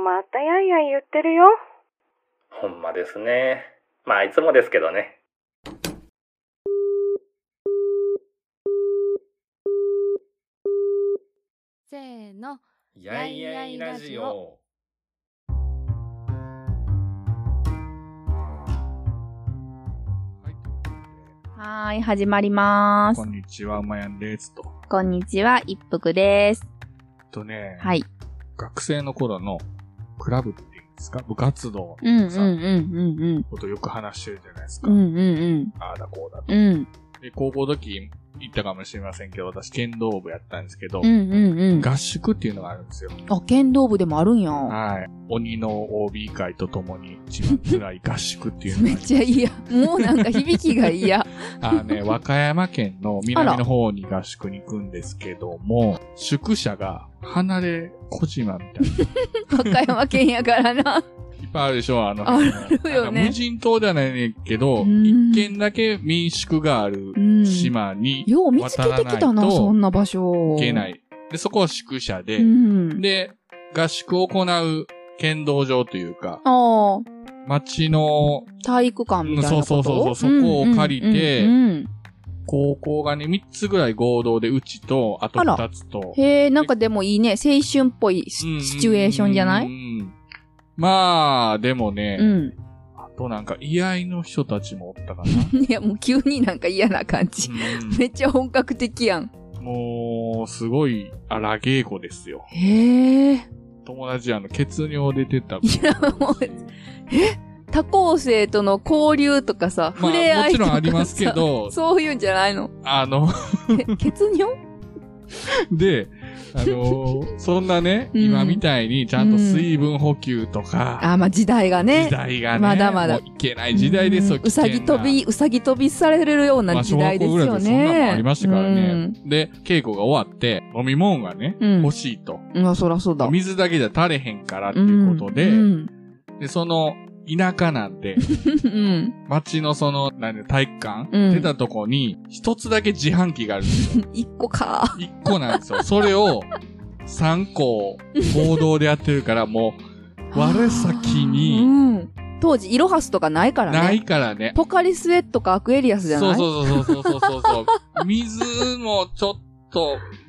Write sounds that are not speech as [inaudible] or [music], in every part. いやい言ってるよ。ほんまですね。まあ、いつもですけどね。せーの。やいやいラジオ。はーい、始まりまーすこ。んにちは、まやんですと。こんにちは、一服です。えっとね、はい。学生の頃のクラブっていうんですか部活動うんうんのうんさ、うんことよく話してるじゃないですうん。か。うんうんああだこうだうん。うん。と。で、高校時行ったかもしれませんけど、私剣道部やったんですけど、うんうんうん。合宿っていうのがあるんですよ。あ、剣道部でもあるんや。はい。鬼の OB 会とともに一番辛い合宿っていうのが [laughs] めあっりちゃ嫌。もうなんか響きが [laughs] 嫌。あのね、和歌山県の南の方に合宿に行くんですけども、宿舎が離れ小島みたいな。和歌山県やからな。いっぱいあるでしょあのあ辺るね、よねなんか無人島ではないねんけど、うん一軒だけ民宿があるうん。島によう見つけてきたな、渡らないとそんな場所。行けな。い。で、そこは宿舎で、うん。で、合宿を行う剣道場というか、ああ、町の体育館みたいなこと。そうそうそうそうそこを借りてうんうんうんうん高校がね、3つぐらい合同でうちと、あとあら2つと。へえ、なんかでもいいね。青春っぽいシうんシチュエーションじゃうないんまあ、でもね、うん。あとなんか、居合の人たちもおった [laughs] かな。いや、もう急になんか嫌な感じ。うんめっちゃ本格的やん。もう、すごい荒稽古ですよ。へえ。友達、あの、血尿出てた子。いやもうえ多校生との交流とかさ、ま触れあ、合もいちろとかんさありますけ。ど、 [laughs] そういうんじゃな [laughs] いの。あの、え血尿で、あ [laughs] の、そんなね、うん今みたいにちゃんと水分補給とか、あー、まあ時代がね。時代がね、まだまだもういけない時代ですよ、うんうさぎ飛び、うさぎ飛びされるようまなあ、時小学代で校すぐらいでそよんね。なのありましたからうねん。。で、稽古が終わって、飲み物がね、うん欲しいと。まあそらそうだ。水だけじゃ足れへんからっていうことで、うん。で、その、田舎なん [laughs] で、うん。街のその、何体育館、うん出たとこに、一つだけ自販機があるんですよ。一個か。一個なんですよ。それを、三個、合同でやってるから、もう、我先うに、ん。当時、イロハスとかないからね。ないからね。ポカリスエットかアクエリアスじゃなそいうそうそうそうそうそうそう。水もちょっと、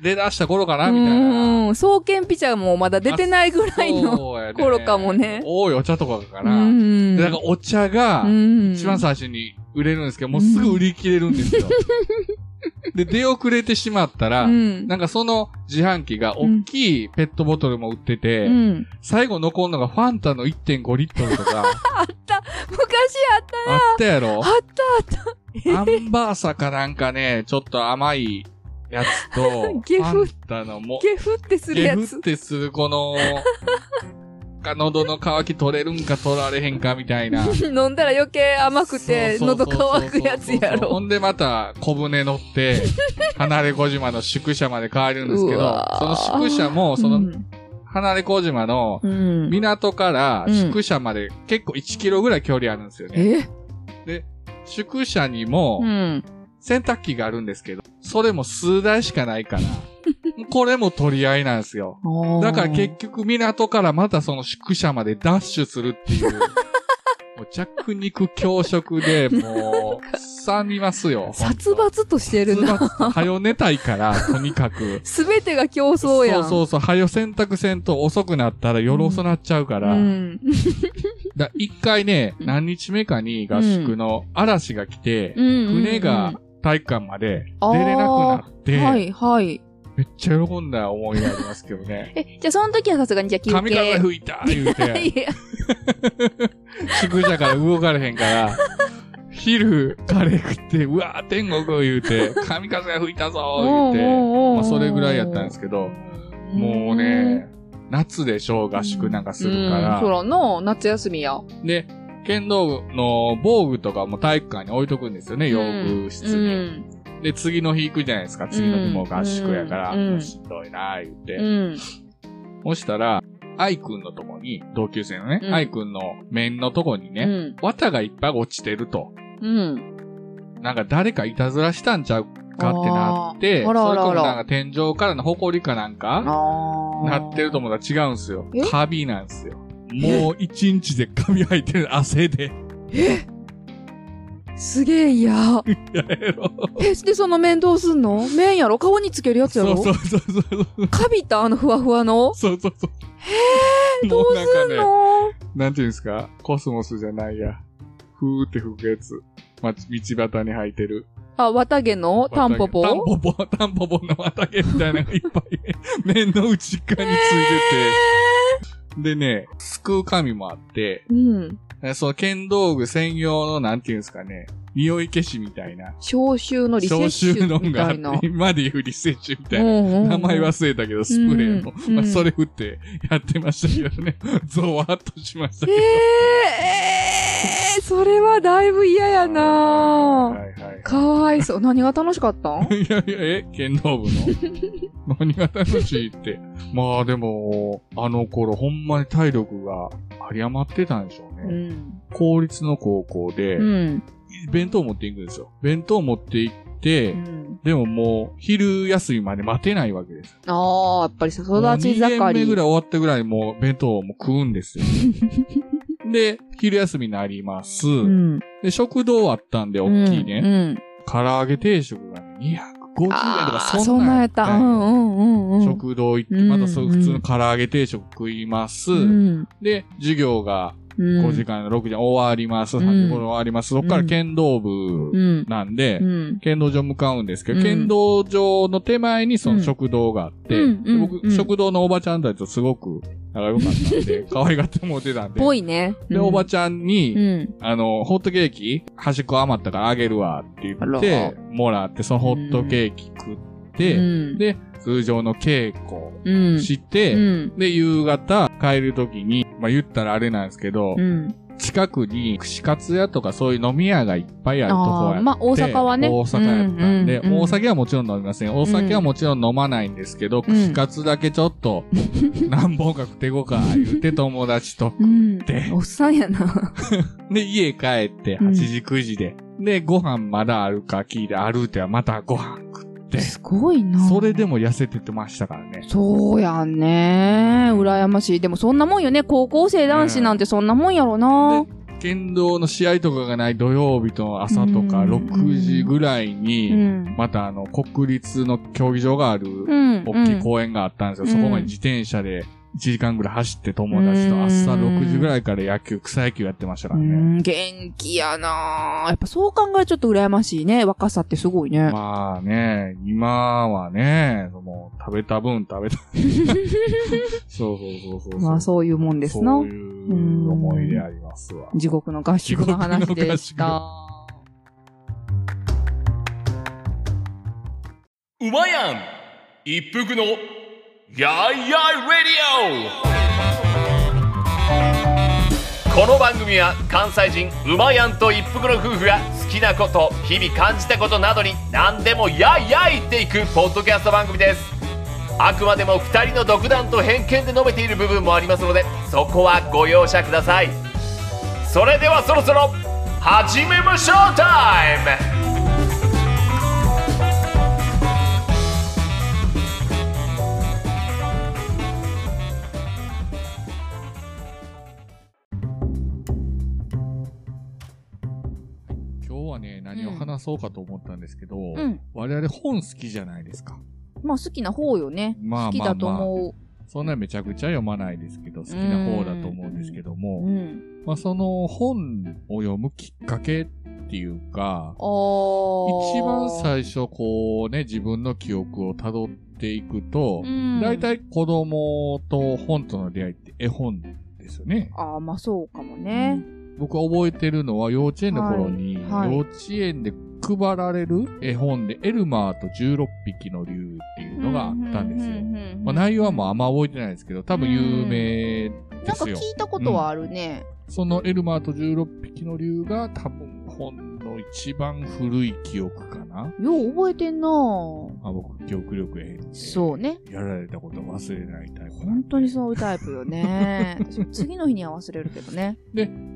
出だした頃かな、みたいな。うん。双剣ピチャーもまだ出てないぐらいの。そうやね頃かもね多いお茶とかかうら。ん。で、なんかお茶が、うん、一番最初に売れるんですけど、もうすぐ売り切れるんですよ。で、出遅れてしまったら、うん。なんかその自販機が大きいペットボトルも売ってて、うん。最後残るのがファンタの1.5リットルと [laughs] か、昔あったあったや [laughs] ろあったあアっンバーサかなんかね、ちょっと甘いやつと、フゲファンタのもた。、ゲフってするゲやフっつ。てするこの、が喉の渇き取れるんか取られへんかみたいな。飲んだら余計甘くて、そうそ喉うそうそう乾くやつやほろ。んでまた小舟乗 [laughs] って、離れ小島の宿舎まで帰るんですけうどわ、その宿舎も、そうのん離れ小島のうん。港からうん宿舎まで結構1キロぐらい距離あるんですよね。え宿舎にうもん。洗濯機があるんですけど、それも数台しかない [laughs] から、これも取り合いなんですよ。だから結局港からまたその宿舎までダッシュするって [laughs] いう。もう弱肉強食で、もう、さみますよ。殺伐としてるな。。はよ寝たいから、とにかくすべてが競争やん。そうそうそう。はよ洗濯せんと遅くなったら夜遅なっちゃうから。うん。だ一回ね、うん何日目かに合宿の嵐が来て、うん船が体育館まで出れなくなって、はい、はい。めっちゃ喜んだ思いがありますけどね。え、じゃあその時はさすがにじゃあ休憩。髪風吹いた言う [laughs] て、いや宿舎から動かれへん [laughs] から、昼カレー食って、うわー天国言う [laughs] て、神風が吹いたぞ言うて、おうおうおうおうまあそれぐらいやったんですけど、もうね、夏でしょう、合宿なんかするかうんそら。らの、夏休みや。で、剣道部の防具とかも体育館に置いとくんですよね、用具室に。で、次の日行くじゃないですか、次の日も合宿やから、うんうんしんどいなぁ、言って。うん。そしたら、愛くんのとこに、同級生のね、うん愛くんの面のとこにうね、ん。綿がいっぱい落ちてると。うん。なんか誰かいたずらしたんちゃうかってなって、あーあらあらあそられともなんか天井からの埃かなんかああ。なってると思ったら違うんですよえ。カビなんですよ。もう一日で髪入ってる汗で。すげえ嫌。やめろ。え、で、その面倒すんの面やろ顔につけるやつやそろうそうそうそうそう。カビたあのふわふわのそうそうそう。へどうすんのなんていうんですかコスモスじゃないや。ふーって吹くやつ。ま、道端に生えてる。あ、綿毛のタンポポタンポポ、タンポポの綿毛みたいなのがいっぱ [laughs] い、面の内側についてて。でね、すくう紙もあって、うん。その剣道具専用の、なんていうんですかね、匂い消しみたいな。消臭のリセッシュみたいがあなって、。今で言うリセッシュみたいな。名名前忘れたけど、スプレーの。うんまあ、うんそれ振ってやってましたけどね。ゾワーっとしましたえけど。えー、それはだいぶ嫌やなはいはいはい。かわいそう。何が楽しかった [laughs] んいやいや、え剣道部の [laughs] 何が楽しいって。まあでも、あの頃ほんまに体力が有り余ってたんでしょううね。ん。公立の高校でう、ん。弁当持っていくんですよ。弁当持って行っうて、んでももう、昼休みまで待てないわけです。ああ、やっぱり育ちもう二限目盛ぐらり。い終わったぐらいもう弁当をもう食うん [laughs] ですよ。で、昼休みになります。うん。で、食堂あったんで、大きいね。うん。唐揚げ定食がね250円とかああ、そそんなんなんんややっったた。んうよんうんうんうん。食堂行って、うんまたそう普通の唐揚げ定食食います。うん。で、授業がうん。 5時間、6時間終わります。うん3時頃終わります。そっから剣道う部ん。なんで、うん。剣道場向かうんですけど、うん剣道場の手前にその食堂があって、うんで僕、うん食堂のおばちゃんたちとすごく仲良かったん [laughs] で、可愛がってもうてたんで。ぽいね。で、おばちちゃんに、うん。あの、ホットケーキ、端っこ余ったからあげるわって言っあてら、もらって、そのホットケーキ食って、うん。で、通常の稽古うん。して、うん。で、夕方帰る時に、まあ、言ったらあれなんですけど、うん。近くに串カツ屋とかそういう飲み屋がいっぱいあるとこやっあてあ、まあ、大阪はね。大阪やったんで、ううう大阪はもちろん飲みません。大阪はもちろん飲まないんですけど、串カツだけちょっ [laughs] と、何本か食ってこうか、言って友達と。うんで。おっさんやな。で、家帰って、うん8時、9時で。で、ご飯まだあるか聞いて、歩いてはまたご飯食って。すごいな。それでも痩せててましたからね。そうやんね。羨ましい。でもそんなもんよね。高校生男子なんてそんなもんやろな。剣道の試合とかがない土曜日の朝とか、うん6時ぐらいに、うん。またあの、国立の競技場がある、うん。大きいうん公園があったんですよ。うんそこまで自転車で1時間ぐらい走って友達うとん朝6時ぐらいから野球、草野球やってましたかうらね。ん、元気やなやっぱそう考えるとちょっと羨ましいね。若さってすごいね。まあね、今はね、もう食べた分食べた。 [laughs] そうそうそうそう。まあそういうもんですなそういう思い出ありますわ。地獄の合宿の話でし地獄のた。馬やん一服のやいやいレディオこの番組は関西人馬やんと一服の夫婦が好きなこと日々感じたことなどに何でもやいやい言っていくポッドキャスト番組ですあくまでも2人の独断と偏見で述べている部分もありますのでそこはご容赦くださいそれではそろそろ始めましょうタイム今日はね、何を話そうかと思ったんですけど、うん。我々本好きじゃないですか。 [laughs] まあ好きな方よね。まあまあまあ好きだと思う。そんなめちゃくちゃ読まないですけど、好きな方だと思うんですけども、うん。まあ、その本を読むきっかけっていうか、あー一番最初こうね、自分の記憶を辿っていくと、うん大体子供と本との出会いって絵本ですよね。ああ、まあそうかもね。僕は覚えてるのは幼稚園の頃に、はいはい幼稚園で配られる絵本で、エルマーと16匹の竜っていうのがあったんですよ。よまあ、内容はもうあんま覚えてないですけど、多分有名でなんかす聞よ。いたことはあるね。そのエルマーと16匹の竜が多分本の一番古い記憶かな。よう覚えてんなぁあ僕、記憶力ええそうね。やられたことは忘れないタイプなんで本当にそういうタイプよね。私も次の日には忘れるけどね。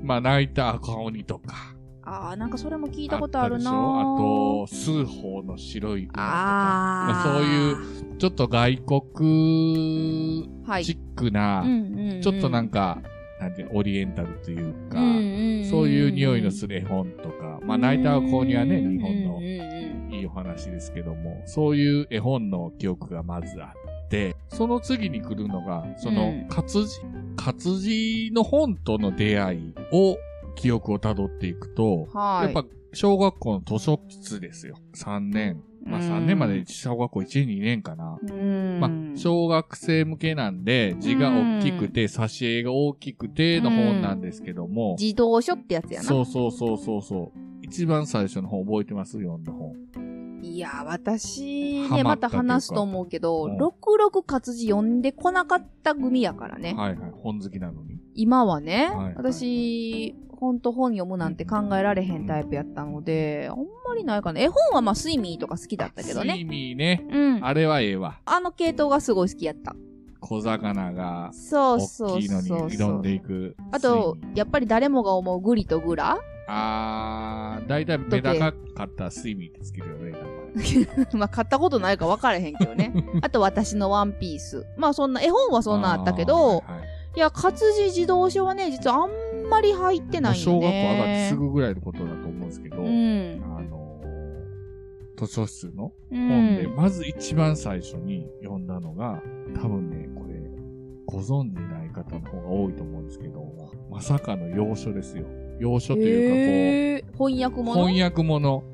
まあ、泣いた赤鬼とか。ああ、なんかそれも聞いたことあるなぁあったでしょあと、数法の白い馬とか。まああそあ。ういう、ちょっと外国はい。チックな、うんうんうんちょっとなんか、なんていうのオリエンタルというか、んそういう匂いのする絵本とか、まあ、ナイター購入はね、日本のの。いいお話ですけども、そういう絵本の記憶がまずあって、その次に来るのが、そうのん活字、活字の本との出会いを、記憶を辿っていくと、はやっい。ぱ小学校の図書室ですよ。3年。まあうん3年まで小学校1年2年かな。うんまあ、小学生向けなんで、字が大きくて、挿絵が大きくての本なんですけども。自動書ってやつやな。そうそうそうそうそう。一番最初の本覚えてます読んだ本。いや、私ハね、マまったたというか話すと思うけど、うん66活字読んでこなかった組やからね。はいはい。本好きなのに。今はね、はい私、ほんと本読むなんて考えられへんタイプやったので、あんまりないかな。絵本はまあ、スイミーとか好きだったけどスイね。ミーね。うん。あれはええわ。あの系統がすごい好きやった。小魚がそうそ大うきいそのうにそう。挑んでいく。あとスイミ、ーやっぱり誰もが思うグリとグラ [laughs] あー、だいたい目高かったらスイミーってつけるよね、名前。まあ、買ったことないか分からへんけ [laughs] どね。あと、私のワンピース。まあ、そんな、絵本はそんなあったけどあ、ーはいはいいや、活字自動書はね、実はあんまり入ってないもよう小学校上がってね。すぐぐらいのことだと思うんですけど、うん。あのー図書室のう本で、ん。まず一番最初に読んだのが、多分ね、これ、ご存知ない方の方が多いと思うんですけど、まさかの洋書ですよ。洋書というか、へー翻訳こう、もの翻訳もの、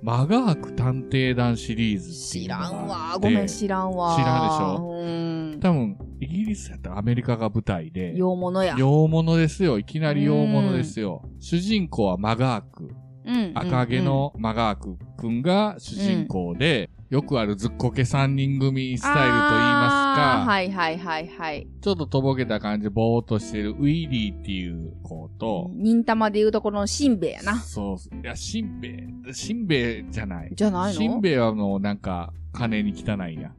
マガーク探偵団シリーズってい知うのがらあってんわ。ごめん、知らんわ。知らんでしょうん。多分、イギリスやったらアメリカが舞台で、洋物や。洋物ですよ。いきなり洋物ですよ。主人公はマガーク。うん赤毛。のマガークくんが主人公で、よくあるずっこけ三人組スタイルと言いますあーか、はいはいはいはい。ちょっととぼけた感じ、ぼーっとしてるウィリーっていう子と、忍たまで言うところのしんべヱやな。そう、いや、しんべヱ、しんべヱじゃない。じゃないのしんべヱはもうなんか、金に汚いや。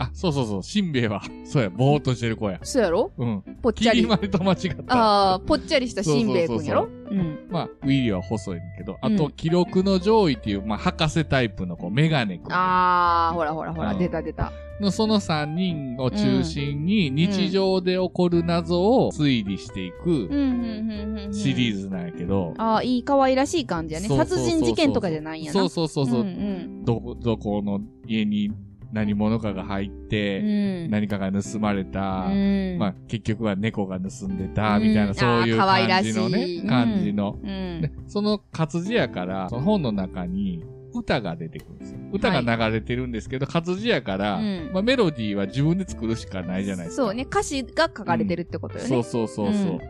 あ、そうそうそう、しんべヱは、 [laughs] そうや、ぼーっとしてる子や。そうやろうん。ぽっちきゃりり。丸と間違った。ああ、ぽっちゃりしたしんべヱくんやろそううん。まあ、ウィリーは細いんだけど、あうと、ん記録の上位っていう、まあ、博士タイプの子、メガネくん。ああ、ほらほらほら、うん出た出た。のその3人を中心に日常で起こる謎を推理していくうん、うん、うん、うん。シリズ。ーズなんやけど。ああ、いい、可愛らしい感じやね。そうそうそう殺人事件とかじゃないんやな。そうそうそうそうう。ん、どこ、どこの家に何者かが入っうん。て、うん。何かが盗まれた、うん。まあ結局は猫が盗んでた、みたいな、うんそういうあー可愛感らしじいのねう、ん感じの。うん。でその活字やから、その本の中に歌が出てくるんですよ。歌が流れてるんですけど、活字やから、うんまあメロディーは自分で作るしかないじゃないですか。そうね、歌詞が書かれてるってことよね。そうそうそうそう。うん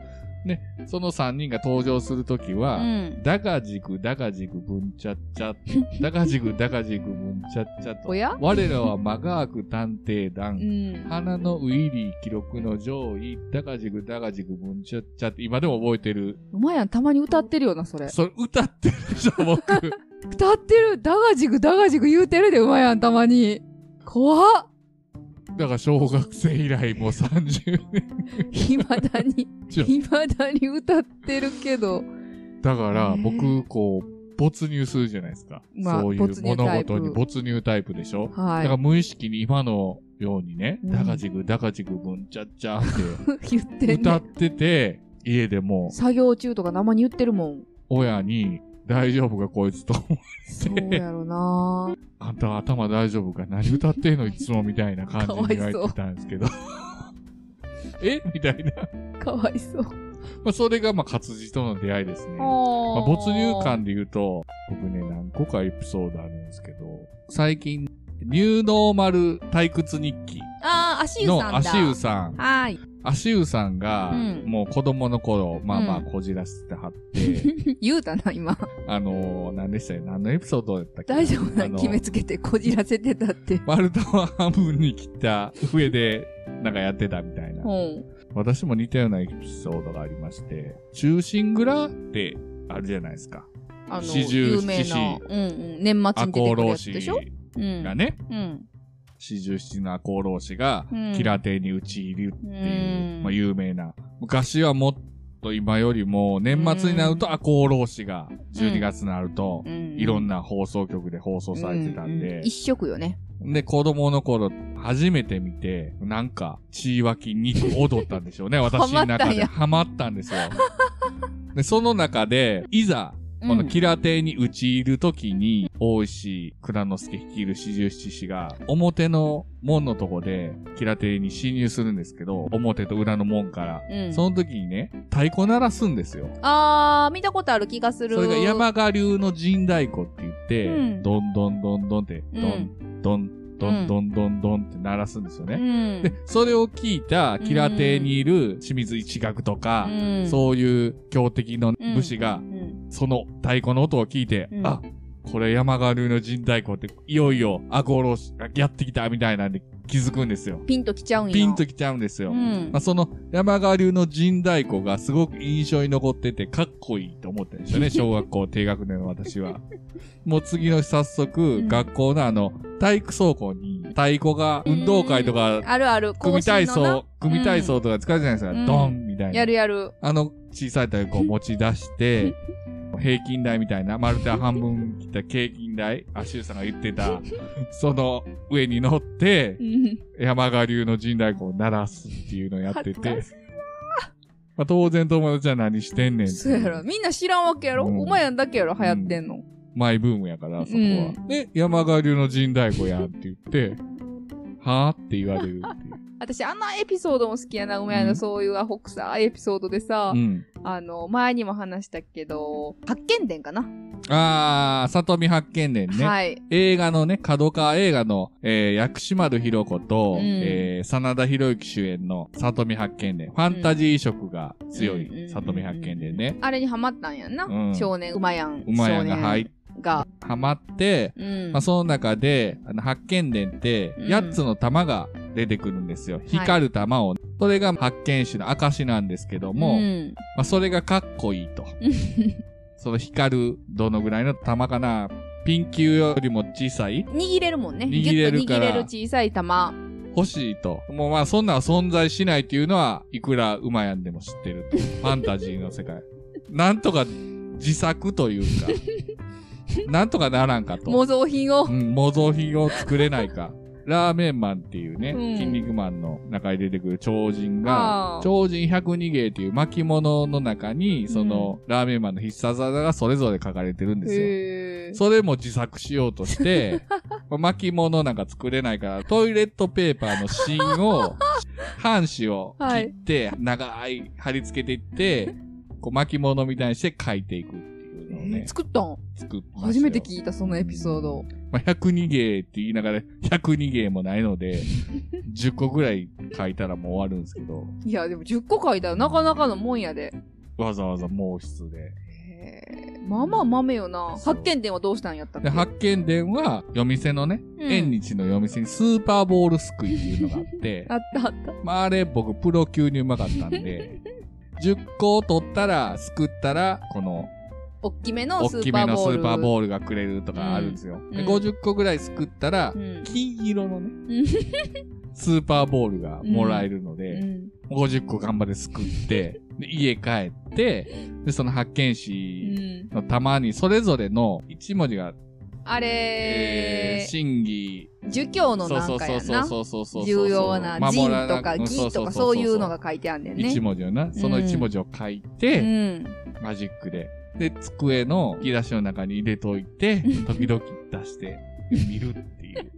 ね、その3人が登場するときうは、ん。だがじくだがじくぶんちゃっち [laughs] ゃ、だがじくだがじくぶんちゃっちゃとお、や我らはマガーク探偵う団、ん。花のウィリー記録の上位、だがじくだがじくぶんちゃっちゃって、今でも覚えてる。お前やん、たまに歌ってるよな、それ。それ歌ってるでしょ、 [laughs] 僕。歌ってるだがじくだがじく言うてるで、お前やん、たまに。怖っだから小学生以来もう30年。いまだに、ちょいまだに歌ってるけど。だから僕、こう、没入するじゃないですか。まあそうい没う入物タイプ事に没入タイプでしょだからは無意識に今のようにね、うんダガジグ、ダガジグ、ブンチャッチャーい。言っっててん歌ねっ。てて、家でも作業中とか生に言ってるもん。親に大丈夫かこいつと。 [laughs] そうやろなあんた頭大丈夫か何歌ってんのいつもみたいな感じに言われてたんですけど。 [laughs] えみたいな。かわいそう。まあ、それがまあ活字との出会いですね。まあ、あ没入。感で言うと、僕ね、何個かエピソードあるんですけど、最近、ニューノーマル退屈日記ああ、足湯さんのだ。足湯さん。はーい。足湯さんが、うんもう子供の頃、まあまあうんこじらせては [laughs] って、言うたな、今。あのー、何でしたよ、何のエピソードだったっけ大丈夫なあんの決めつけてこじらせてたって。丸太を半分に切った上で、なんかやってたみたいな。うん。私も似たようなエピソードがありまして、中心蔵ってあるじゃないですか。あの、四十有名な。七うんうん。年末赤に出穂てくる浪やつ士でしょうん。がね、うん。四十七の赤穂浪士がうん、キラテに討ち入りっていう、うんまあ有名な。昔はもっと今よりも、年末になると赤穂浪士が、12月になると、うん。いろんなな放送局で放送されてたんうで一、色よね。で、子供の頃、初めて見て、なんか、血湧き肉踊ったんでしょうね。私の中で。ハマったんですよ。で、その中で、いざ、このキラ亭に討ち入るときに、大石倉之助率いる四十七士が、表の門のとこで、キラ亭に侵入するんですけど、表と裏の門から。うん。その時にね、太鼓鳴らすんですよ。あー、見たことある気がする。それが山賀流の神太鼓って言って、うんどんどんどんどんって、どん、どん、どんどんどんどんって鳴らすんですようね。ん。で、それを聞いた、キラ亭にいる清水一学とか、うん、そういう強敵の武士がう、ん。その太鼓の音を聞いて、うんあ、これ山川流の神太鼓って、いよいよアコロがやってきたみたいなんで気づくんですよ。ピンときちゃうんや。ピンときちゃうんですよ。うんまあ、その山川流の神太鼓がすごく印象に残っててかっこいいと思ったんです [laughs] よね。小学校低学年の私は。もう次の日早速、ん学校のあの、体育倉庫に太鼓が運動会とうんか、あるある。組体更新の操、組体操とか使うじゃないですか。うんドンみたいな。な。やるやる。あの小さい太鼓を持ち出して、平均台みたいな、まるで半分切った平均台、あ、シュウさんが言ってた、その上に乗ってう、ん。山賀流の神太鼓を鳴らすっていうのをやって恥ずかてし、まあ、当然友達は何してんねんってそうやろ。みんな知らんわけやろ、うんお前らだけやろ、流行ってんの。マイブームやから、そこは。うで、山賀流の神太鼓やって言って、はぁって言われるっていう。私、あんなエピソードも好きやな、ごめんうな、んそういうアホくさいエピソードでさ、うん。あの、前にも話したけど、発見伝かな、あー、里見発見伝ね。はい。映画のね、角川映画の、えー、薬師丸ひろ子と、うんえー、真田広之主演の里見八犬伝。ファンタジー色が強うんい里見八犬伝ね。あれにハマったんやんな。うん少年、馬やん。馬やんが少年入っが。はまって、うん。まあ、その中で、あの、八犬伝って、うん八つの玉が出てくるんですよ。光る玉を。それが八犬種の証なんですけども、ん、まあ、それがかっこいい [laughs] と。その光る、どのぐらいの玉かな。ピン球よりも小さい握れるもんね。握れるからギュッと握れる小さい玉。欲しいと。もうまあそんなんは存在しないっていうのは、いくら馬やんでも知ってる [laughs] と。ファンタジーの世界。なんとか自作というか、 [laughs] なんとかならんかと。模造品をう。ん、模造品を作れないか。ラーメンマンっていうね、うん筋肉マンの中に出てくる超人があー、超人102芸っていう巻物の中に、その、ラーメンマンの必殺技がそれぞれ書かれてるんですよ。へーそれも自作しようと [laughs] して、まあ巻物なんか作れないから、トイレットペーパーの芯を、半紙を切って、長い貼り付けていって、こう巻物みたいにして書いていくっていうのをね、作ったん作って初めて聞いた、そのエピソード。まあ、102芸って言いながら、102芸もないので、10個ぐらい書いたらもう終わるんですけど、いや、でも10個書いたらなかなかのもんやで。わざわざ毛筆で。へーまあまあ豆よな。そう発見伝はどうしたんやったっけで、発見伝は、夜店のね、うん縁日の夜店にスーパーボールすくいっていうのがあって、あったあった。まあ、あれ僕プロ級にうまかったん [laughs] で、10個を取ったら、すくったら、この、おっきめの大スーきパめーのスボール。ーパーボールがくれるとかあるんですよ。でうん50個ぐらいすくったら、うん金色のね、スーパーボールがもらえるのうで、ん50個頑張ってすくって、で家帰って、で、その発見誌うんの玉にそれぞれの1文字が、あれえー、審議、ー、儒教のそうなそんうかそうやそうな。そうそうそう。重要な守人らなとかうん義とかそそうそうそうそうういうのが書いてあんねんね。一文字をな、その一文字を書いうて、ん。マジックで。で、机の引き出しの中に入れといて、時々出して、見るっ [laughs] ていう。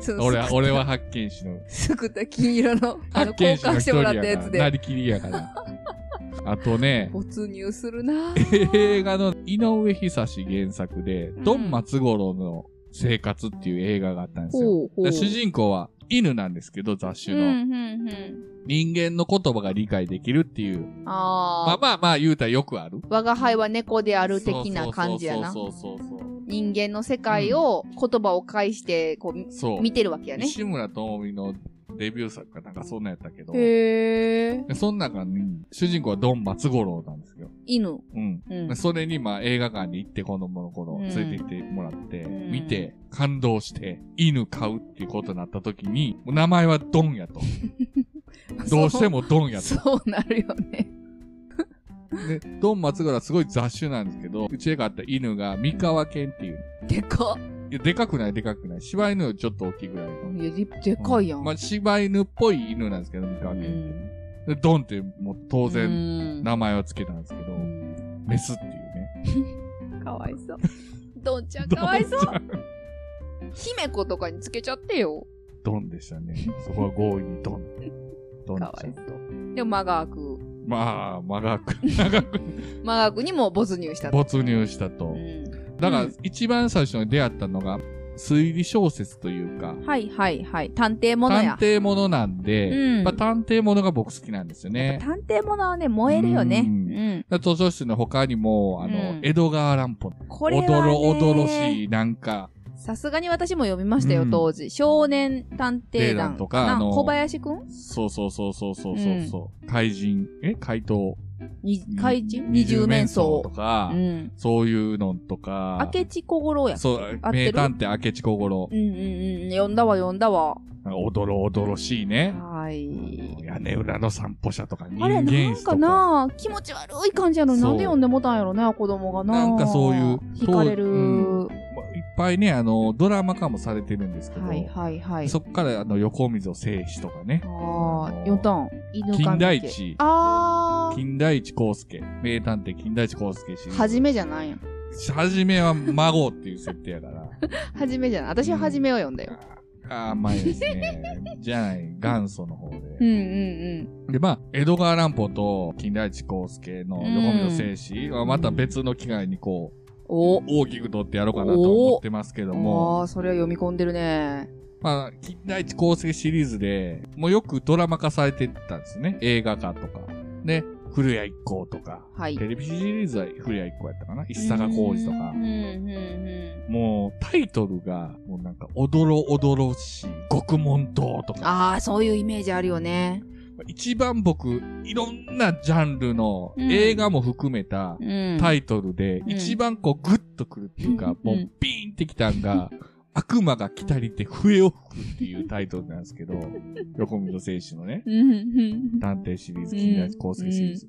その俺は、俺は発見士の、すくった金色 [laughs] の、あの、発交見士の換一して人もらやかったやら、つなで。りきりやから。 [laughs] あ [laughs] とね、没入するな映画の井上久志原作で、ドン松五郎の生活っていう映画があったんですよ。ほうほでう。主人公は犬なんですけど、雑種うん、の。うん、う人間の言葉が理解できるっていう。ん。あまああ。まあまあ言うたらよくある。我が輩は猫である的な感じやな。そうそうそうそう人間の世界を言葉を介して、こう、そう。そう見てるわけやね。西村智美のデビュー作かなんかそんなんやったけど、へえ。でその中に主人公はドン松五郎なんですよ。犬。うん。 [laughs] うんで。それにまあ映画館に行って子供の頃うん連れてきてもらって、ん見て感動して犬買うっていうことになった時に、もう名前はドンや [laughs] と。どうしてもドンやと。そうそうなるよね。で、ドン松五郎はすごい雑種なんですけど、うちで飼った犬が三河犬っていうてか、いや、でかくない、でかくない。柴犬よりちょっと大きいぐらいの。いや、ででかいやん。まあ、柴犬っぽい犬なんですけど、見かうけ。んでドンって、もう当然、然名前はつけたんですけど、メスっていうね。かわいそう。ドンちゃんかわいそう。姫子とかにつけちゃってよ。ドンでし [laughs] たね。そこは強引にドン。ドンかわでいしそう。でも、マガーク。た。まあ、長く、長くマガークにも没入したと。没入したとう。んだからうん、一番最初に出会ったのが、推理小説というか、はいはいはい。探偵もの探や。偵ものなんで、うんまあ、探偵ものが僕好きなんですよね。探偵ものはね、燃えるよね。ううんん。だから図書室の他にも、あの、うん江戸川乱歩。これおは、ね。どろおどろしい、なんか、さすがに私も読みましたよ、うん当時。少年探偵偵団団。とかなあの小林くんそうそうそうそうそうそうそう、怪人、え怪盗。に怪人二二重重面面相と相。かう、ん。そういうのとか。明智小五郎や。そう合っ、て名る探偵明智小五郎う。んうんうん。読んだわ、読んだわ。なんかおどろおどろしいね。はい。屋根裏の散歩者とか、人あれ、な間ん室かとか。な、気持ち悪い感じやのに、そうなんで読んでもたんやろな、子供がな。なんかそういう惹かれる。当まあいっぱいね、あの、ドラマ化もされてるんですけど。はいはいはい。そっから、あの、横溝正史とかね。ああの、読んだん。犬金田神家。一。あ金田一耕介。名探偵金田一耕介シリあ、ーズはじめじゃないんや。はじめは孫っていう設定やから。 [laughs] はじめじゃない。私ははじめを読んだよ。ああ、甘いですね。じゃない、元祖の方うんで。うんうん。で、まあ、江戸川乱歩と金田一耕介の横溝正史はまた別の機会にこう、お大きく取ってやろうかなと思ってますけども、ああ、それは読み込んでるね。まあ、金田一耕介シリーズで、もうよくドラマ化されてたんですね。映画化とか。ね、古谷一行とか。はい。テレビシリーズは古谷一行やったかな一坂浩二とかう。んうんうん。もう、タイトルが、もうなんか、おどろおどろしい、極門島とか。ああ、そういうイメージあるよね。一番僕、いろんなジャンルのうん映画も含めたうん。タイトルで、ん一番こう、グッとくるっていうか、うんもう、ピーンってきたんが、悪魔が来たりて笛を吹くっていうタイトルなんですけ [laughs] ど、横溝選手のね、うんうん探偵シリーズ、近代構成シリーズ。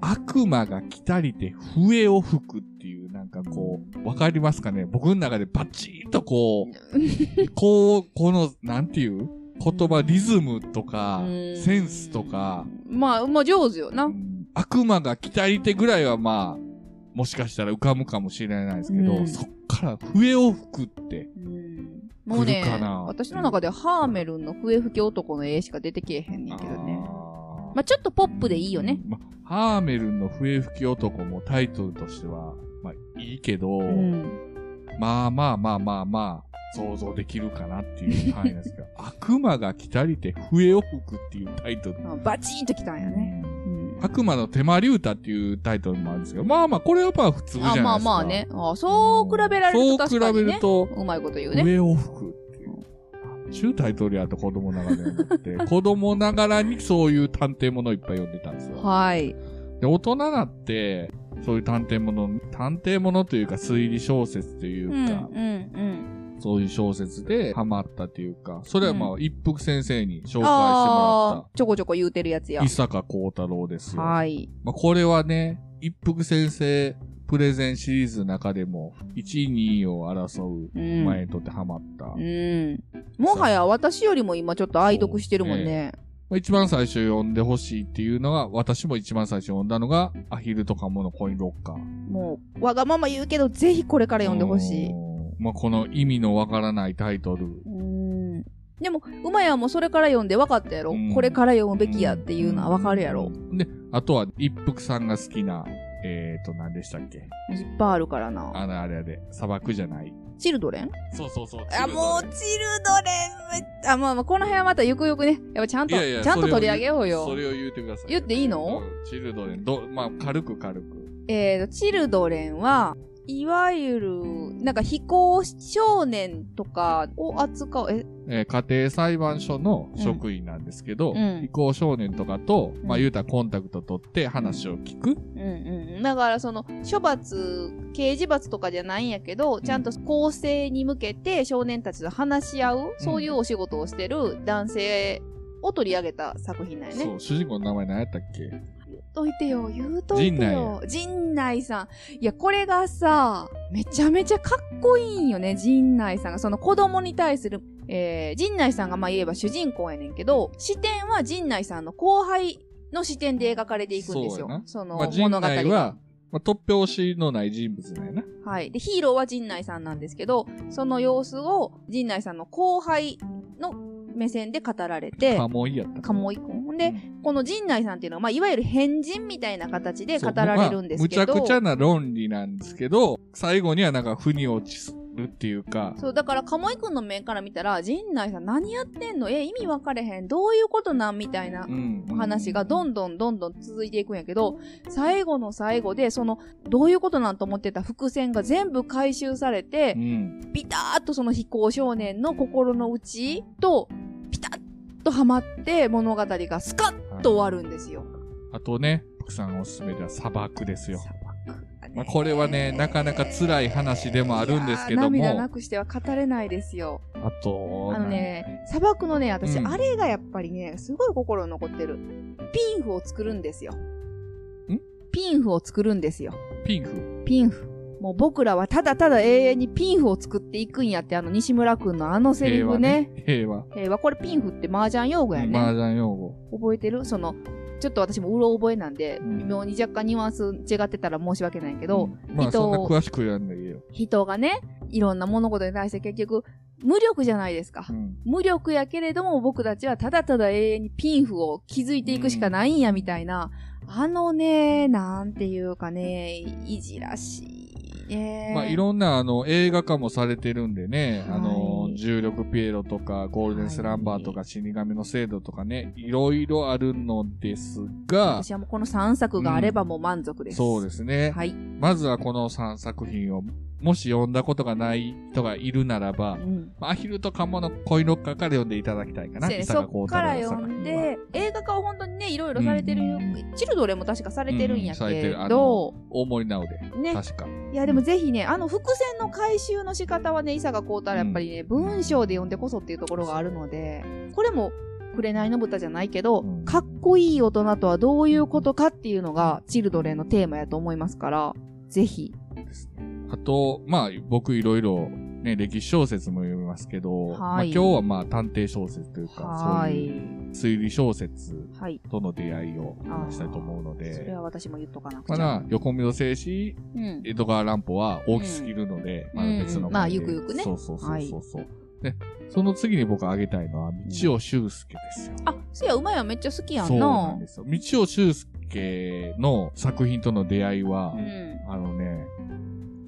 悪魔が来たりて笛を吹くっていう、なんかこう、わかりますかね僕の中でバチーンとこう、 [laughs] こう、この、なんていう言葉、リズムとか、うんセンスとか、まあ、まあ上手よな。うん悪魔が来たり手ぐらいはまあ、もしかしたら浮かぶかもしれないですけど、うんそっから笛を吹くって、うんもうね来るかな、私の中ではハーメルンの笛吹き男の絵しか出てけえへんねんけどね。あーまあちょっとポップでいいよね。うんまあハーメルンの笛吹き男もタイトルとしては、まあいいけど、うん。まあまあまあまあまあ、想像できるかなっていう範囲なんです [laughs] けど、悪魔が来たりて笛を吹くっていうタイトル。まあバチーンときたんやね。うん悪魔の手間竜太っていうタイトルもあるんですけど、まあまあ、これはまあ普通じゃなあいですか。まあまあね。あそう比べられると確かにね。そう比べると、うまいこと言うね。上を吹くっていう。ちゅうタイトルやと子供ながらに思 [laughs] って、子供ながらにそういう探偵ものいっぱい読んでたんですよ。はい。で大人だって、そういう探偵もの、探偵ものというか推理小説といううんうんか、うん。そういう小説でハマったというか、それはまあ一服先生に紹介してもらああ、っちょこちょこ言うてるやつやた、伊。坂幸太郎ですよ。はい。まあ、これはね、一服先生プレゼンシリーズの中でも、1位、2位を争うう前ん。にとってハマった。まうん。もはや私よりも今ちょっと愛読してるもんね。あ一番最初読んでほしいっていうのが、私も一番最初読んだのが、アヒルとカモのコインロッカー。もう、わがまま言うけど、ぜひこれから読んでほしい。うーん。まあ、この意味のわからないタイトル。うん。でも、馬やんもそれから読んで分かったやろうん。これから読むべきやっていうのは分かるやろ。で、あとは一服さんが好きな、えーと、何でしたっけいっぱいあるからな。あの、あれあれ、砂漠じゃない。チルドレンそうそうそう。あ、もう、チルドレンあ、まあまあ、この辺はまたゆくゆくね、やっぱちゃんと、いやいやちゃんと取り上げようそよ。れを言うそれを言うてください。言っていいのうんチルドレン、ど、まあ、軽く軽く。えーと、チルドレンは、いわゆる、なんか非行少年とかを扱う、え、えー家庭裁判所の職員なんですけど、うん非行少年とかと、まあ、うん言うたらコンタクト取って話を聞く。うんうん。だからその、処罰、刑事罰とかじゃないんやけど、ちゃんと公正に向けて少年たちと話し合う、そういうお仕事をしてる男性を取り上げた作品なんやね。そう、主人公の名前何やったっけといてよ、言うといてよ。陣内さん。いや、これがさ、めちゃめちゃかっこいいんよね、陣内さんが。その子供に対する、えー、陣内さんがまあ言えば主人公やねんけど、視点は陣内さんの後輩の視点で描かれていくんでそすうやよな。そのまあ、物陣語が。内は、まあ、突拍子のない人物なんやな。はい。で、ヒーローは陣内さんなんですけど、その様子を陣内さんの後輩の目線で語られて、カモイやった。カモイコン。ほんで、この陣内さんっていうのは、まあ、いわゆる変人みたいな形でそ語うられるんですけど、まあむちゃくちゃな論理なんですけど、最後にはなんか、腑に落ちるっていうか、そう、だから、鴨井くんの目から見たら、陣内さん何やってんのえ、意味分かれへんどういうことなんみたいなうんお話がどんんどんどんどん続いていくんやけど、最後の最後で、その、どういうことなんと思ってた伏線が全部回収されて、うん。ピターッとその非行少年の心の内と、ピタッとはまって物語がスカッと終わるんですよ。あとね、福さんおすすめでは砂漠ですよ。砂漠がねまあこれはねなかなか辛い話でもあるんですけどもいやー涙なくしては語れないですよ。あと、あのね、砂漠のね、私、うんあれがやっぱりね、すごい心に残ってる。ピンフを作るんですよ。ピンフを作るんですよ。なん、ピンク。ピンフ。もう僕らはただただ永遠にピンフを作っていくんやって、あの西村くんのあのセリ平フ和ね。。平和。え和これピンフって麻雀用語やね。麻雀用語。覚えてるその、ちょっと私もうろ覚えなんで、うん微妙に若干ニュアンス違ってたら申し訳ないけど、うんまあ人そをんな詳しく言わんでいいよ。人がね、いろんな物事に対して結局、無力じゃないですか。うん。無力やけれども僕たちはただただ永遠にピンフを築いていくしかないんやみたいな、あのね、なんていうかね、いじらしいね。まあいろんなあの映画化もされてるんでね、はいあの、重力ピエロとか、ゴールデンスランバーとか、死神の制度とかね、いろいろあるのですが、私はもうこの3作があればもう満足です。そうですね。はい。まずはこの3作品を、もし読んだことがない人がいるならばう、んまあアヒルとカモの恋のカから読んでいただきたいかな。そうやね伊そ坂っ幸太から郎の読作ん品は。で、映画化を本当にね、いろいろされてるよ、うんチルドレンも確かされてるんうやんされてけるあどの、大森直で。ね、確か。いやでもぜひね、あの伏線の回収の仕方はね、伊坂幸太郎やっぱりね、文章で読んでこそっていうところがあるので、これも、紅の豚じゃないけど、うんかっこいい大人とはどういうことかっていうのが、チルドレンのテーマやと思いますから、ぜひ。あと、まあ、僕いろいろ、ね、歴史小説も読みますけど、まあはい今日はまあ、探偵小説というか、はそういいう。推理小説はい。との出会いを話したいと思うのそれで、は私も言っとかなくまちゃ。だ、横溝正史、うん。江戸川乱歩は大きすぎるので、うんまだ別の回で、うんまあゆくゆくねそうそうそうそうそう。で、その次に僕あげたいのは、道尾修介ですよ。あ、せや、うまいはめっちゃ好きやそんうななん。ですよ。道尾修介の作品との出会いは、うん。あのね、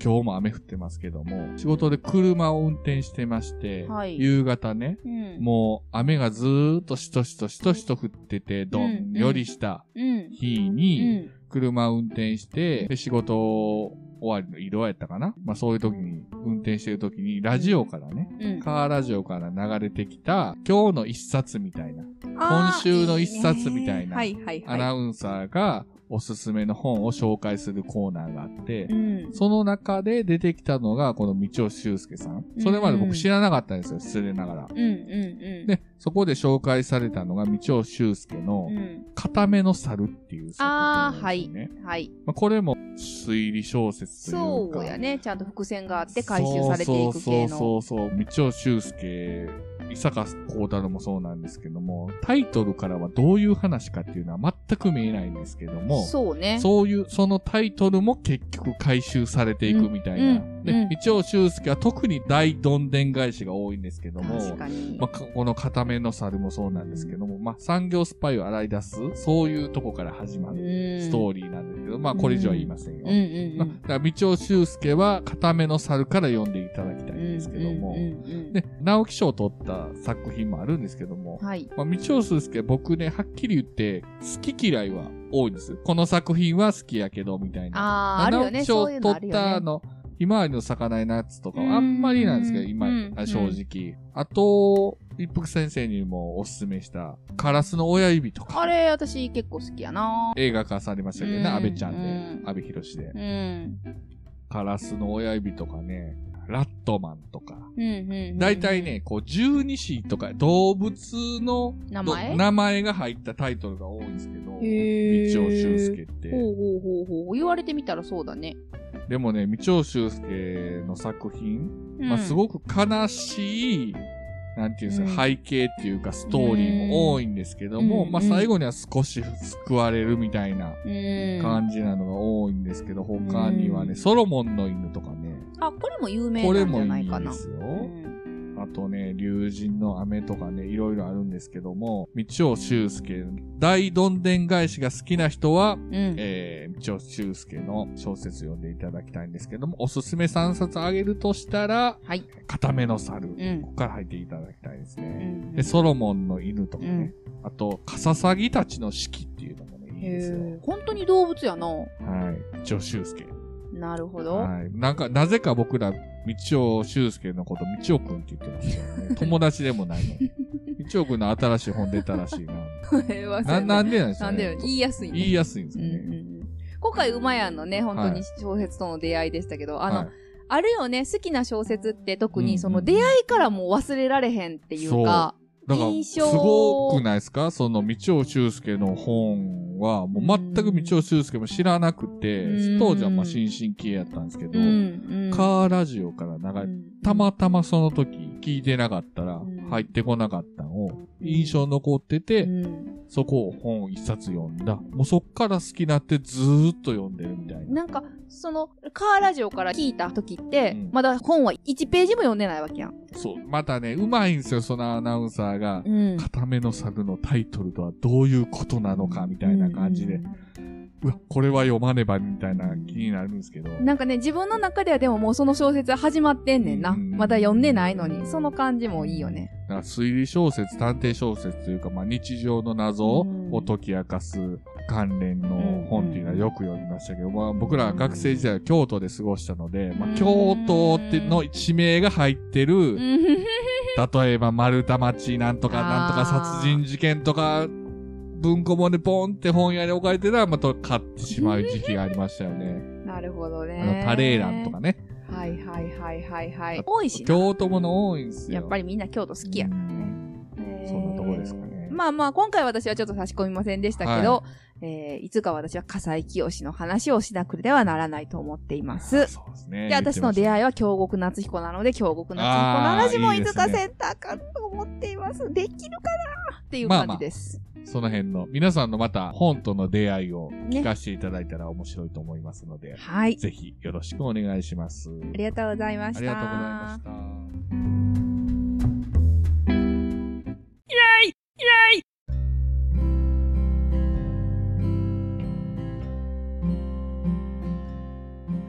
今日も雨降ってますけども、仕事で車を運転してまして、はい夕方ね、うん。もう雨がずーっとしとしとしとしと降ってて、どんよりしたうん。日うに、ん。車を運転して、で、仕事終わりの色やったかなまあそういう時に、運転してる時に、ラジオからね、うん。カーラジオから流れてきた、今日の一冊みたいな、あー今週の一冊みたいなねはいはアいはナウンサーがおすすめの本を紹介するコーナーがあってい。う、ん。その中で出てきたのが、この道尾修介さん。それまで僕知らなかったんですよ、失礼ながら。うんうんうん。で、そこで紹介されたのが、道尾修介のう、ん。片目の猿っていう作品なんですよね。はい。まあ、これも推理小説といそうか。うやね。ちゃんと伏線があって回収されていく系の。そうそうそうそう。道尾修介、伊坂幸太郎もそうなんですけども、タイトルからはどういう話かっていうのは全く見えないんですけども、そうね。そういう、そのタイトルも結局回収されていくみたいな。うんうんで、一応修介は特に大どんでん返しが多いんですけども、確かに。まあ、かこの片目の猿もそうなんですけども、まあ、産業スパイを洗い出す、そういうとこから始まうんるストーリーなんですけど、まあ、これ以上は言いませんよ。うんうんまうあ、ん。だから、道尾修介は、片目の猿から読んでいただきたいうんんですけども、うんうんで、直木賞を取った作品もあるんですけども、うんはい。まあ、道尾すけ僕ね、はっきり言って、好き嫌いは多いんです。この作品は好きやけど、みたいな。あまあ、ああるよね。直そ木賞ういうのある取ったよあね。の、ひまわりの魚のやつとかうんはあんまりなんですけど、今、うんあ正直。あと、一服先生にもおすすめした、カラスの親指とあか、れ、私結構好きやな。映画化されましたけどうんね、安倍ちゃんうで、ん安倍博士でう。ん。カラスの親指とかね、ラットマンとか、うんうんうんうん大体。ね、こう、十二子とか動物の名前ど名前が入ったタイトルが多いんですけど、へ道尾ー修介って。ほうほうほうほう。言われてみたらそうだね。でもね、道尾修介の作品、まあ、すい。ごく悲しい、なんていうんですか、うん背景っていうかストーリーも多いんですけども、うんまあ、うん最後には少し救われるみたいなうん。感じなのが多いんですけど、他にはうんね、ソロモンの犬とかね、あ、これも有名こなれんじもゃないいいかいでな。すよ。うんあとね、竜神の飴とかね、いろいろあるんですけども、道尾修介、大どんでん返しが好きな人は、うん。えー、道尾修介の小説読んでいただきたいんですけども、おすすめ3冊あげるとしたら、はい。固めの猿。うんここから入っていただきたいですうね。んで、ソロモンの犬とかね、あと、カササギたちの四季っていうのもね、いいへですよ。ー本当に動物やな。はい。道尾修介。なるほど。はい。なんか、なぜか僕ら、道尾修介のこと、道尾くんって言ってますよ [laughs] ね。友達でもないのに。道尾くんの新しい本出たらしい [laughs] な。これはな、なんでなんですなかんね。でよ言いやすいね言いやすいんですうよんね。うんうん今回、馬やんのね、本当に小説との出会いでしたけど、あの、はいあるよね、好きな小説って特うんうんにその出会いからもう忘れられへんっていうか、だから、印す象ごくないですかその、道尾修介の本は、もう全く道尾修介も知らなくてう、ん当時はまあ、新進気鋭やったんですけど、んカーラジオから流れたまたまその時聞いてなかったらうん入ってこなかったのを印象残ってて、うんそこを本一冊読んだ。もうそっから好きになってずーっと読んでるみたいなな。んか、その、カーラジオから聞いた時って、うんまだ本は1ページも読んでないわけやん。そう。またね、うまいんですよ、そのアナウンサーが。ん片目の猿のタイトルとはどういうことなのかみたいな感じで、ううんわ、これは読まねばみたいな気になるんですけど。なんかね、自分の中ではでももうその小説は始まってんねんな。うんまだ読んでないのに、その感じもいいよね。だから推理小説、探偵小説というか、まあ、日常の謎をうん解き明かす関連の本っていうのはよく読みましたけど、まあ、僕らは学生時代は京都で過ごしたので、まうあ、ん京都っての地名が入ってる、うん例えば丸太町なんとかなんとかあー殺人事件とか、文庫本でポンって本屋に置かれてたら、また買ってしまう時期がありましたよね。なるほどあね。の、パレーランとか。ね。はいはいはいはいはあい。多いしな。京都もの多いんですよ。やっぱりりみんな京都好きや。そんなとこですかねえーまあまあ、今回私はちょっと差し込みませんでしたけど、い、えーいつか私は笠井清の話をしなくてはならないと思っています。そうですね。で、私の出い。会いは京極夏彦なので、京極夏彦の話もあーいいいでつすねかせたかと思っています。できるかなっていうまあ感まあじです。その辺の、皆さんのまた本との出会いを聞かせていただいたら面白いと思いますので、はい。ぜひよろしくお願いします。ありがとうございました。ありがとうございました。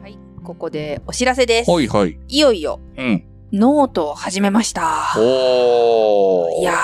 はい。ここでお知らせです。はいはい。いよいよ、うん。ノートを始めました。おー。いや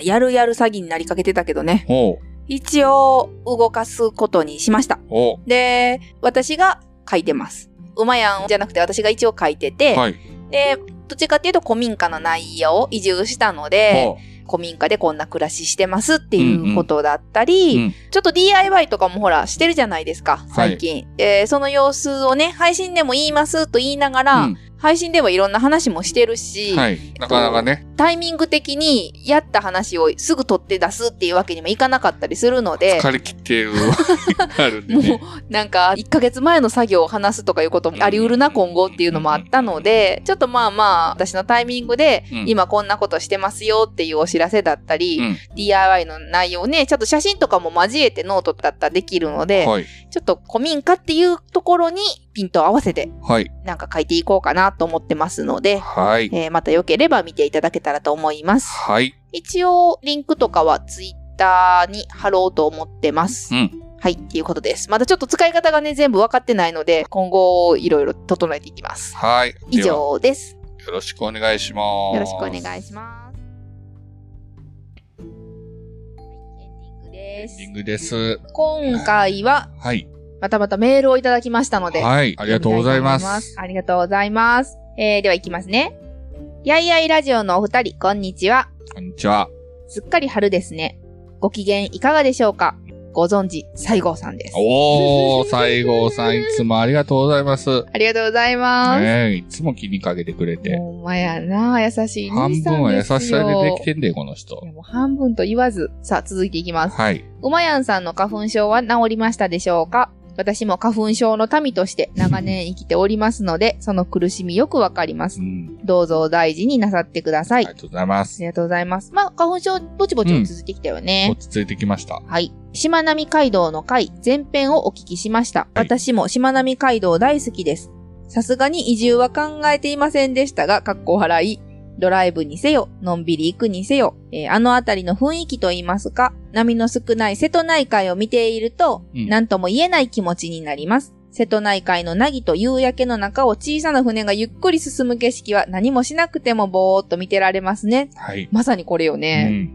ー、やるやる詐欺になりかけてたけどね。おう一応、動かすことにしました。おうで、私が書いてます。馬やんじゃなくて私が一応書いてて、はい。で、どっちかっていうと古民家の内容を移住したので、おう古民家でこんな暮らししてますっていうことだったり、うんうんうんちょっと DIY とかもほらしてるじゃないですか、最近。えーその様子をね、配信でも言いますと言いながら、うん配信ではいろんな話もしてるし、はい。なかなかね。タイミング的にやった話をすぐ取って出すっていうわけにもいかなかったりするので、疲れ切ってる [laughs] あるんでもうね。なんか1ヶ月前の作業を話すとかいうこともありうるな今後っていうのもあったのでちょっとまあまあ私のタイミングでうん今こんなことしてますよっていうお知らせだったり、うん DIY の内容をねちょっと写真とかも交えてノートだったらできるので、はい。ちょっと古民家っていうところにピントを合わせてはい。なんか書いていこうかなと思ってますので、はい。えーまた良ければ見ていただけたらと思います。はい。一応、リンクとかはツイッターに貼ろうと思ってます。うんはい、っていうことです。まだちょっと使い方がね、全部分かってないので、今後、いろいろ整えていきます。はい。以では。よ上です。ろしくお願いします。よろしくお願いします。はい、エンディングでエンディンす。グです。今回は、はい。またまたメールをいただきましたので、はい。ありがとうございます。ありがとうございます。えー、では行きますね。やいやいラジオのお二人、こんにちは。こんにちは。すっかり春ですね。ご機嫌いかがでしょうかご存知、西郷さんです。おー、西郷さんいつもありがとうございます。 [laughs] ありがとうございます。ねえ、いつも気にかけてくれて。ほんまやな、優しい半兄さ分んは優でしすよ。さでできてんだよ、この人い。やもう半分と言わず。さあ、続いていきます。はい。うまやんさんの花粉症は治りましたでしょうか私も花粉症の民として長年生きております [laughs] ので、その苦しみよくわかりまうす。ん。どうぞお大事になさってくださあい。りがとうございまあす。りがとうございます。まあ、花粉症、ぼちぼち続いてきたよね。落ち着いてきました。はい。しまなみ海道の回、前編をお聞きしました。はい私もしまなみ海道大好きです。さすがに移住は考えていませんでしたが、かっこ笑い。ドライブにせよ、のんびり行くにせよ、えーあのあたりの雰囲気といいますか、波の少ない瀬戸内海を見ていると、うんなんとも言えない気持ちになります。瀬戸内海の凪と夕焼けの中を小さな船がゆっくり進む景色は何もしなくてもぼーっと見てられますね。はい。まさにこれようね。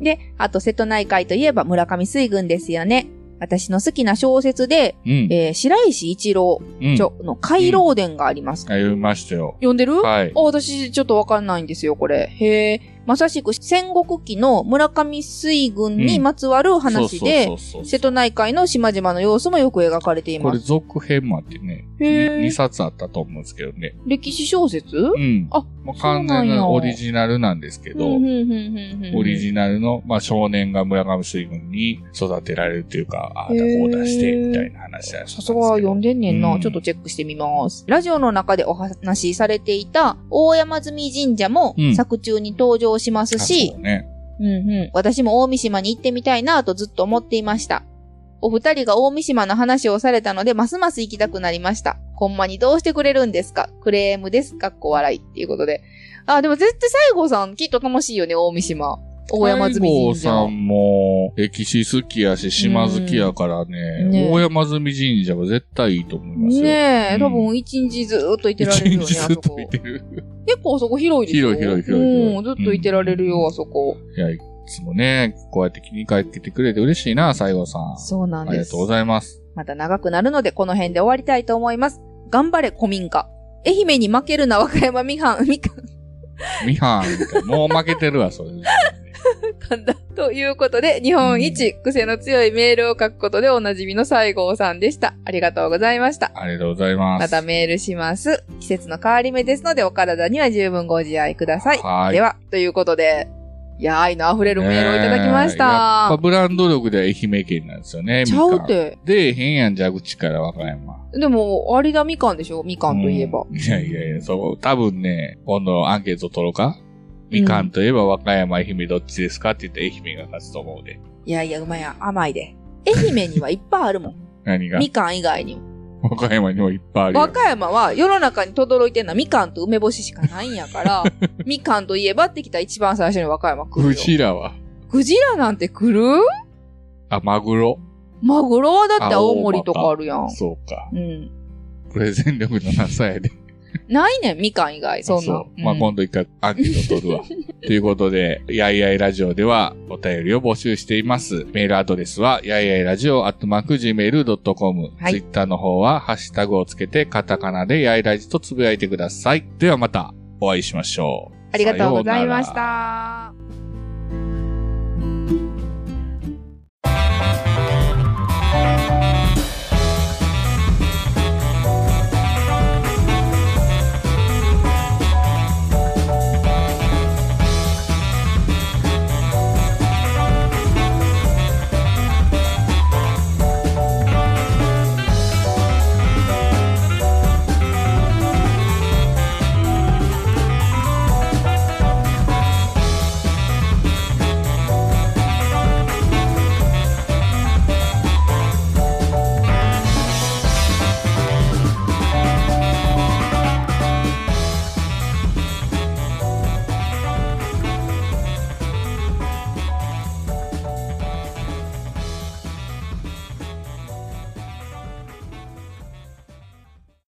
ん。で、あと瀬戸内海といえば村上水軍ですよね。私の好きな小説で、うん。えー白石一郎うん。著の回廊伝があります。読みましたよ。読んでる、はいあ。私ちょっとわかんないんですよ、これ。へえ。まさしく戦国期の村上水軍にまつわる話そでう、そうそうそ瀬戸内海の島々の様子もよく描かれていうこまれす。続編もあってね、へえ2。冊あったと思うんですけどね。歴史小説、ううん。あもうそう完なんや全なオリジナルなんですけど、オリジナルの、まあ、少年が村上水軍に育てられるというか、ああだこうだして、みたいな話なんですさけどすが読んでんねんな、うんちょっとチェックしてみます。ラジオの中でお話しされていた大山積神社もうん作中に登場しますあしそ、うね。うんうん、私も大三島に行ってみたいなとずっと思っていました。お二人が大三島の話をされたので、ますます行きたくなりました。ほんまにどうしてくれるんですかクレームです。かっこ笑い。っていうことで。あ、でも絶対西郷さんきっと楽しいよね、大三島。大山積西郷神さ社。んも、歴史好きやし、島好きやからね、うんね大山積神社は絶対いいと思いますよ。ねえ、うん多分一日ずーっといて一られるよね、日あずっそとこい。てる。結構あそこ広いでしょ広い広い広い広いうん、ずっといてられるよ、あそこ。いや、いつもね、こうやって気にかけてくれて嬉しいな、西郷さん。そうなんありでがす。とうございます。また長くなるので、この辺で終わりたいと思います。頑張れ、古民家。愛媛に負けるな、和歌山みはん、みかんミハンみたいな、もう負けてるわ、それ。かんだ。ということで、日本一癖の強いメールを書くことでおなじみの西郷さんでした。ありがとうございました。ありがとうございます。またメールします。季節の変わり目ですので、お体には十分ご自愛ください。はいでは、ということで、いや、愛の溢れるメールをいたねだきましえやったぱ。ブランド力では愛媛県なんですよね、ちゃみうかんて。でえへんやん、蛇口から和歌山。でも、有田みかんでしょみかんといえば。うんいやいやいや、そう、多分ね、今度アンケート取ろうか。みかんといえば和歌山、愛媛どっちですかって言って愛媛が勝つと思うで。いやいや、うまいや、甘いで。愛媛にはいっぱいあ [laughs] るもん。何がみかん以外にも。和歌山にもいっぱいあるよ。和歌山は世の中に轟いてるのはみかんと梅干ししかないん [laughs] やから、みかんといえばってきたら一番最初に和歌山来るよ。クジラはクジラなんて来るあ、マグロマグロはだってあ青森とかあるやん。そうか。うん。プレゼン力のなさやで。ないねん、みかん以外、そんな。うまあ、うん今度一回アンケート取るわ。ということで、やいやいラジオではお便りを募集しています。メールアドレスは、やいやいラジオアットマーク Gmail.com。はいツイッターの方は、ハッシュタグをつけて、カタカナでやいラジとつぶやいてください。ではまたお会いしましょう。ありがとうございましさようならた。